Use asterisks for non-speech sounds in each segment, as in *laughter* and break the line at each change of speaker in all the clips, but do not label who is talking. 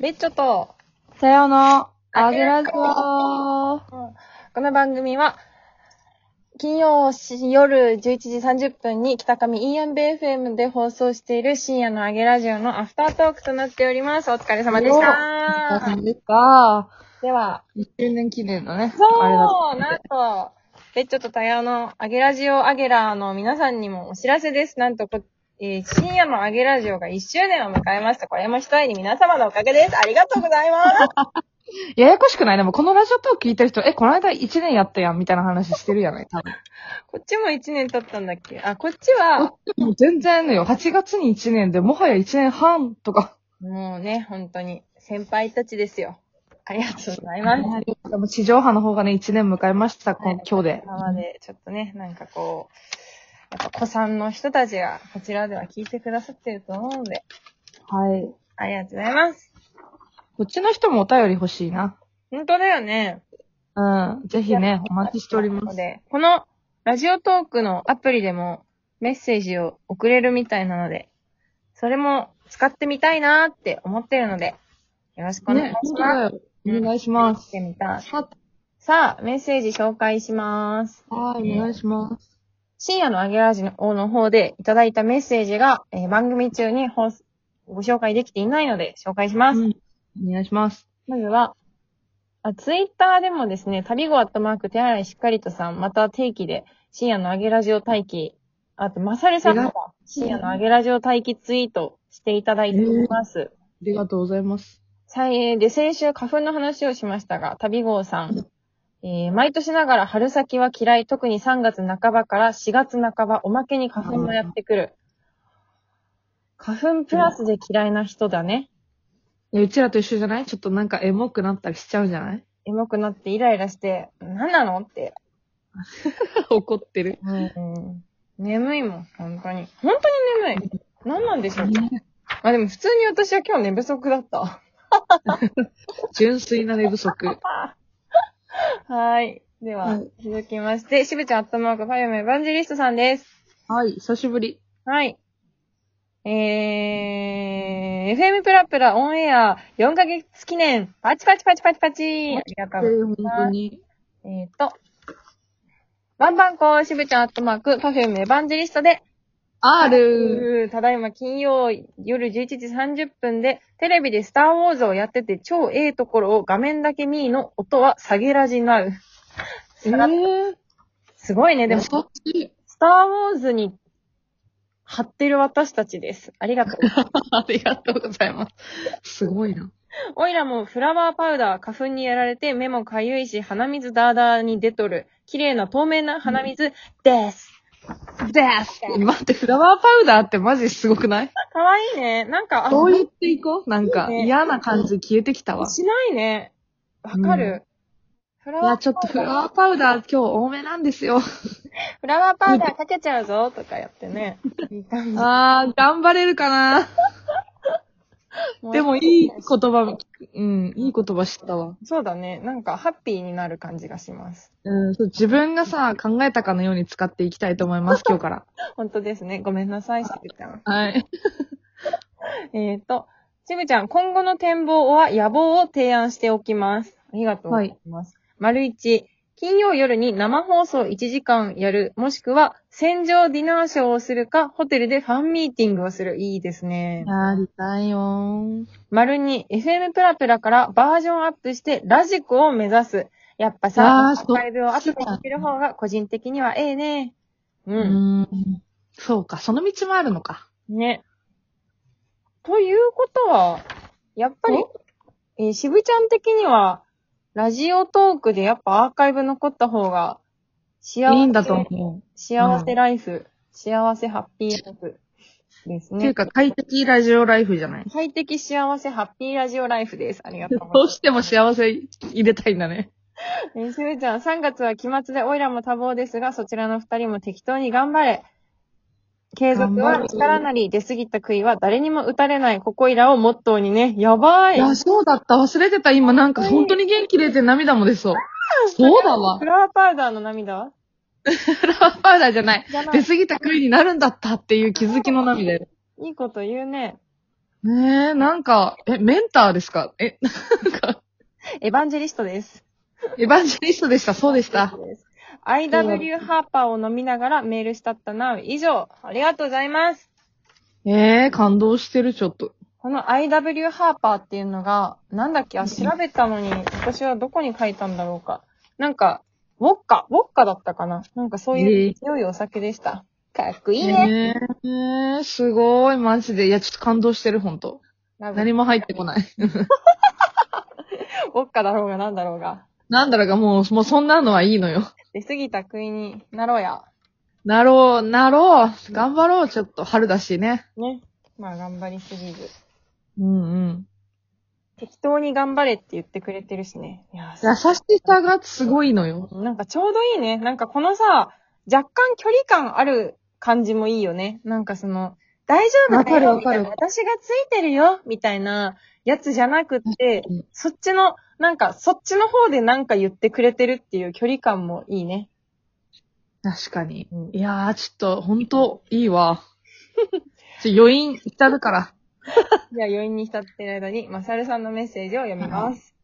リッチョと、
さよの、あ
あ
げ
げ
ら
ら
ぞ
ぞ
ー。
この番組は、金曜し夜11時30分に北上 EMBFM で放送している深夜のあげラジオのアフタートークとなっております。お疲れ様でし
お疲れ
た。
様でした。
では、
1周年記念のね、あれだっ
そう、なんと、レッチョとタヤのアゲラジオアゲラーの皆さんにもお知らせです。なんとこ、えー深夜のアゲラジオが1周年を迎えました。これも一重に皆様のおかげです。ありがとうございます。
た。ややこしくないでもこのラジオトーク聞いてる人、え、この間1年やったやんみたいな話してるやない多分。
こっちも1年経ったんだっけあ、こっちは、
もう全然ねよ。8月に1年で、もはや1年半とか。
もうね、本当に、先輩たちですよ。ありがとうございます。
でも地上波の方がね、1年迎えました、こん
はい
今日で。
今まで、ちょっとね、なんかこう、やっぱ子さんの人たちが、こちらでは聞いてくださってると思うんで、
はい。
ありがとうございます。
こっちの人もお便り欲しいな。
本当だよね。
うん。ぜひね、お待ちしておりま
の
す。
で、この、ラジオトークのアプリでも、メッセージを送れるみたいなので、それも使ってみたいなーって思ってるので、よろしくお願い
ね
し、
本当
ま
だ
す。
よ。お願いしま
し
す。
てみたい。
さ
さあ、メッセージ紹介します。
はい、お願いします。
深夜のあげラジオの方でいただいたメッセージが、えー番組中に放送ご紹介できていないので紹介します。
うんお願いします。
まずは、あツイッターでもですね、旅ごアットマーク手洗いしっかりとさん、また定期で深夜のあげラジオ待機、あと、まさるさん
えら
も深夜のあげラジオ待機ツイートしていただいております。
ありがとうございます。
最で、先週花粉の話をしましたが、旅号さん。えー毎年ながら春先は嫌い、特に3月半ばから4月半ば、おまけに花粉もやってくる。花粉プラスで嫌いな人だね。
いやうちらと一緒じゃないちょっとなんかエモくなったりしちゃうじゃない
エモくなってイライラして、何なのって。
*laughs* 怒ってる。
うん、眠いもん、本当に。本当に眠い。何なんでしょうか。
ね
あ、でも普通に私は今日寝不足だった。
純粋な寝不足。
はい。では、
はい
続きまして、しぶちゃんあったまーくファイオメエヴァンジェリストさんです。
*laughs* はい、久しぶり。
はい。えー、FM プラプラオンエア4ヶ月記念、パチパチパチパチパチありがとうござい
本当
ま
に。
す。えっ、と、バンバンコー、しぶちゃんアットマーク、パフェムエヴァンジェリストで、
R!
うーただいま金曜夜11時30分で、テレビでスターウォーズをやってて超ええところを画面だけミーの音は下げラジなう。
えー、
すごいね、で
優
も、
し
スター
い。
ウォーズに貼ってる私たちです。ありがとう。
ありがとうございます。すごいな。
おいらもフラワーパウダー、花粉にやられて目もかゆいし、鼻水ダーダーに出とる。綺麗な透明な鼻水です。です
待って、フラワーパウダーってマジすごくない
かわいいね。なんか、あ、
そう言っていこう。なんか、
いいね
嫌な感じ消えてきたわ。
しないね。わかる、フラ
い
ワー
や、ちょっとフラワーパウダー今日多めなんですよ。
フラワーパウダーかけちゃうぞとかやってね。いい感じ
あー、頑張れるかなでもいい言葉も聞く、うん、いい言葉知ったわ。
そうだね。なんか、ハッピーになる感じがします。
うん、そう自分がさ、考えたかのように使っていきたいと思い *laughs* ます、今日から。
本当ですね。ごめんなさい、しぶちゃん。
はい。
えっ、と、しぶちゃん、今後の展望は野望を提案しておきます。ありがとうございます。丸一、金曜夜に生放送1時間やる、もしくは、戦場ディナーショーをするか、ホテルでファンミーティングをする。いいですね。
やりたいよー。
丸二、FM プラプラからバージョンアップして、ラジコを目指す。やっぱさ、
あ
ア
ー
ーカイブをアップ
そっちだ
してる方が個人的にはええね。う。
うんん。そうか、その道もあるのか。
ね。ということは、やっぱり、えー、渋ちゃん的には、ラジオトークでやっぱアーカイブ残った方が、
い
幸せ、
いんだと思
幸せライフ、幸せハッピーライフです
う。ってい
ね
う。か、快適ラジオライフじゃない
快適幸せハッピーラジオライフです。ありがとうございます
ど。うしても幸せ入れたいんだね。
えー、しゅうちゃん、3月は期末でオイラも多忙ですが、そちらの2人も適当に頑張れ。継続は力なり、出過ぎた杭は誰にも打たれない、ここいらをモットーにね。やば
い
い。
や、そうだった。忘れてた。今なんか本当に元気出て涙も出そう。そうだ
*laughs*
わ
フ。ラワーパウダーの涙
フラワーパウダーじゃ *laughs* ない。
じゃない
出過ぎた悔いになるんだったっていう気づきの涙よ。
いいこと言うね。
ねえ、なんか、え、メンターですかえ、なんか、
エヴァンジェリストです。
エヴァンジェリストでした。そうでした。
IW ハーパーを飲みながらメールしたったな。以上、ありがとうございます。
ええ感動してる、ちょっと。
この IW ハーパーっていうのが、なんだっけ、あ、調べたのに、私はどこに書いたんだろうか。なんか、ウォッカ、ウォッカだったかななんかそう
え
いう
え
強いお酒でした。かっこいいね。
ねえすごい、マジで。いや、ちょっと感動してる、ほんと。
ラブウ
何も入ってこない。
ォッカだろうがなんだろうが。
なんだろうが、もう、もうそんなのはいいのよ。
出過ぎた食いになろうや。
なろう、なろう。頑張ろう、ちょっと。春だしね。
ね。まあ頑張りすぎず。
うんうん。
適当に頑張れって言ってくれてるしね。いや、
優しさがすごいのよ。
なんかちょうどいいね。なんかこのさ、若干距離感ある感じもいいよね。なんかその、大丈夫
わ
だ
かる
よ
わ
み
か
た
る
いな、私がついてるよみたいなやつじゃなくって
うん、
そっちの、なんかそっちの方でなんか言ってくれてるっていう距離感もいいね。
確かに
うん。
いやー、ちょっと、ほんと、いいわ。ちょ余韻浸るから。
じゃあ余韻に浸っている間に、マサルさんのメッセージを読み
*laughs*
ます。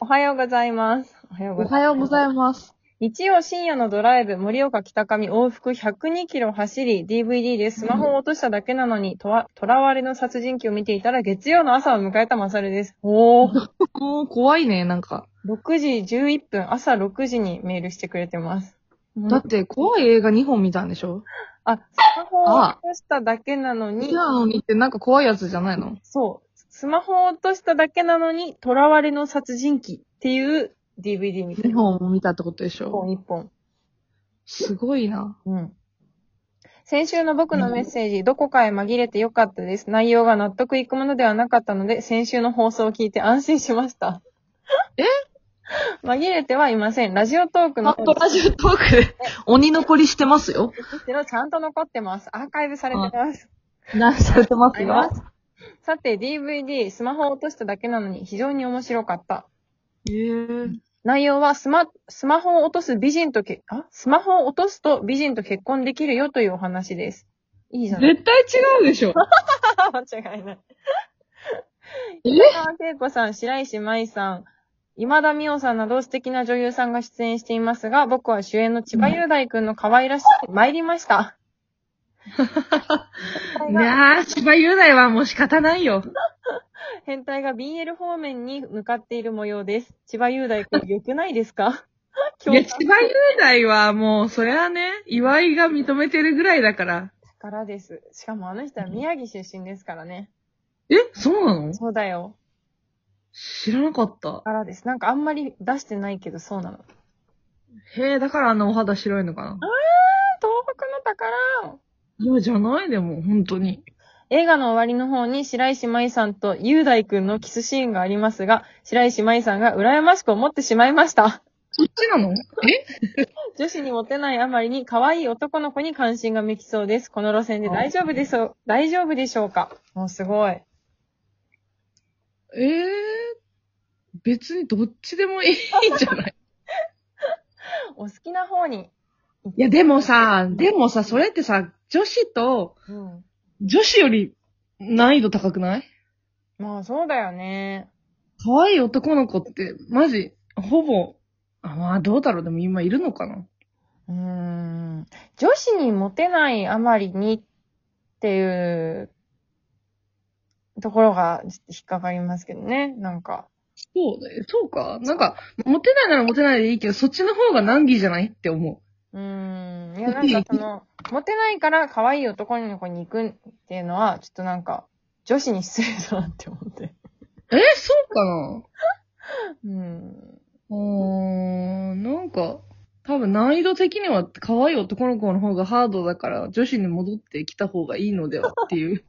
おはようございます。おはよう
お
ございます。
はようございます。
日曜深夜のドライブ、盛岡北上往復102キロ走り、DVD でスマホを落としただけなのに、とわ、囚われの殺人鬼を見ていたら月曜の朝を迎えたマサルです。お *laughs* ー。
もう、怖いね、なんか。
6時11分、朝6時にメールしてくれてます。
だって、怖い映画2本見たんでしょ
あ、スマホを落としただけなのに、
なのにってなんか怖いやつじゃないの
そう。スマホを落としただけなのに、囚われの殺人鬼っていう DVD みたい
日
な。
本を見たってことでし
一
ょ
本一本。
すごいな。
うん。先週の僕のメッセージ、どこかへ紛れてよかったです。内容が納得いくものではなかったので、先週の放送を聞いて安心しました。
え
紛れてはいません。ラジオトークの
あ
方
とラジオトークで鬼残りしてますよ。
でのちゃんと残ってます。アーカイブされてます。
なされてま
あります。さて、DVD、スマホを落としただけなのに非常に面白かった。
へえ。
内容はスマ、スマホを落とす美人とけ、あスマホを落とすと美人と結婚できるよというお話です。いいじゃない
絶対違うでしょ。
間違いない。
え
今川聖子さん、白石麻衣さん、今田美桜さんなど素敵な女優さんが出演していますが、僕は主演の千葉雄大くんの可愛らしく参りま
*laughs*
した。変態が
なあ、千葉雄大はもう仕方ないよ。
変態が BL 方面に向かっている模様です。千葉雄大くん、良くないですか
*laughs* い
共
や、
感
千葉雄大はもう、それはね、岩井が認めてるぐらいだから。
からです。しかもあの人は宮城出身ですからね。
えそうなの
そうだよ。
知らなかった。
からです。なんかあんまり出してないけどそうなの。
へえ、だからあんなお肌白いのかな。
東北の宝
いや、じゃないでも、本当に。
映画の終わりの方に白石麻衣さんと雄大くんのキスシーンがありますが、白石麻衣さんが羨ましく思ってしまいました。 *laughs*
そっちなのえ
女子にモテないあまりに可愛い男の子に関心が向きそうです。この路線で大丈夫でしょう、大丈夫でしょうかもうすごい。
ええ別にどっちでもいいんじゃない
お好きな方に。
いや、でもさ、でもさ、それってさ、女子と、
うん。
女子より難易度高くない
まあそうだよね。
可愛い男の子って、マジ、ほぼ、あ、まあどうだろう、でも今いるのかな
うーん。女子にモテないあまりにっていうところがちょっと引っかかりますけどね。なんか。
そうね、そうか。なんか、モテないならモテないでいいけど、そっちの方が難儀じゃないって思
うーん。いや、なんかその、モテないから可愛い男の子に行くっていうのは、ちょっとなんか、女子に失礼だなって思って。
う。え、そうかな
うん。
うーん、なんか、多分難易度的には可愛い男の子の方がハードだから、女子に戻ってきた方がいいのではって *laughs* いう。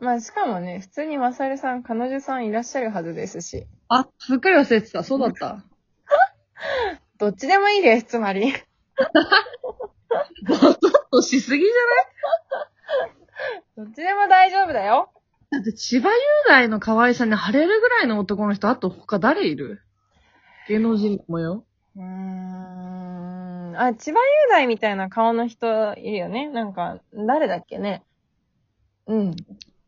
まあ、しかもね、普通にマサルさん、彼女さんいらっしゃるはずですし、
あ、すっかり忘れてた。そうだった。 *laughs*
どっちでもいいです、つまり。
ぼそっとしすぎじゃ
どっちでも大丈夫だよ。
ないだって千葉雄大の可愛さに晴れるぐらいの男の人、あと他誰いる芸能人もよ。
うーん。あ、千葉雄大みたいな顔の人いるよね。なんか、誰だっけね。うん。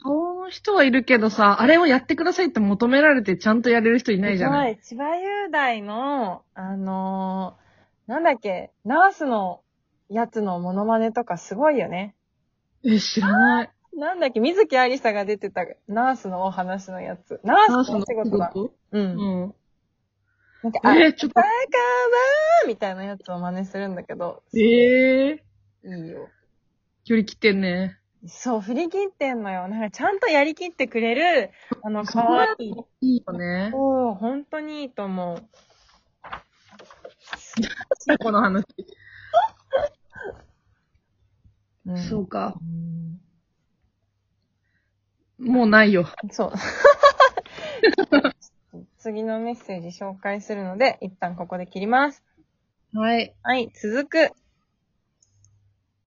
この人はいるけどさ、あれをやってくださいって求められてちゃんとやれる人いないじゃない。
すごい千葉雄大の、あのーなんだっけ、ナースのやつのモノマネとかすごいよね。
え、知らない。
なんだっけ、水木ありさが出てたナースのお話のやつ。ナースのお仕事だ。う。
うんん。
なんか、あ、
えー、ちょっ
バカだ
と
ーみたいなやつを真似するんだけど、い
ええ
いよ。
距離切ってんね。
そう、振り切ってんのよ。なんかちゃんとやりきってくれる、あの、
そ
か
う
わいい。
いいよね。
おー、本当にいいと思う。
この話。
うん、
そうか。
うん
もうないよ。
そう。次のメッセージ紹介するので、一旦ここで切ります。
はい。
はい、続く。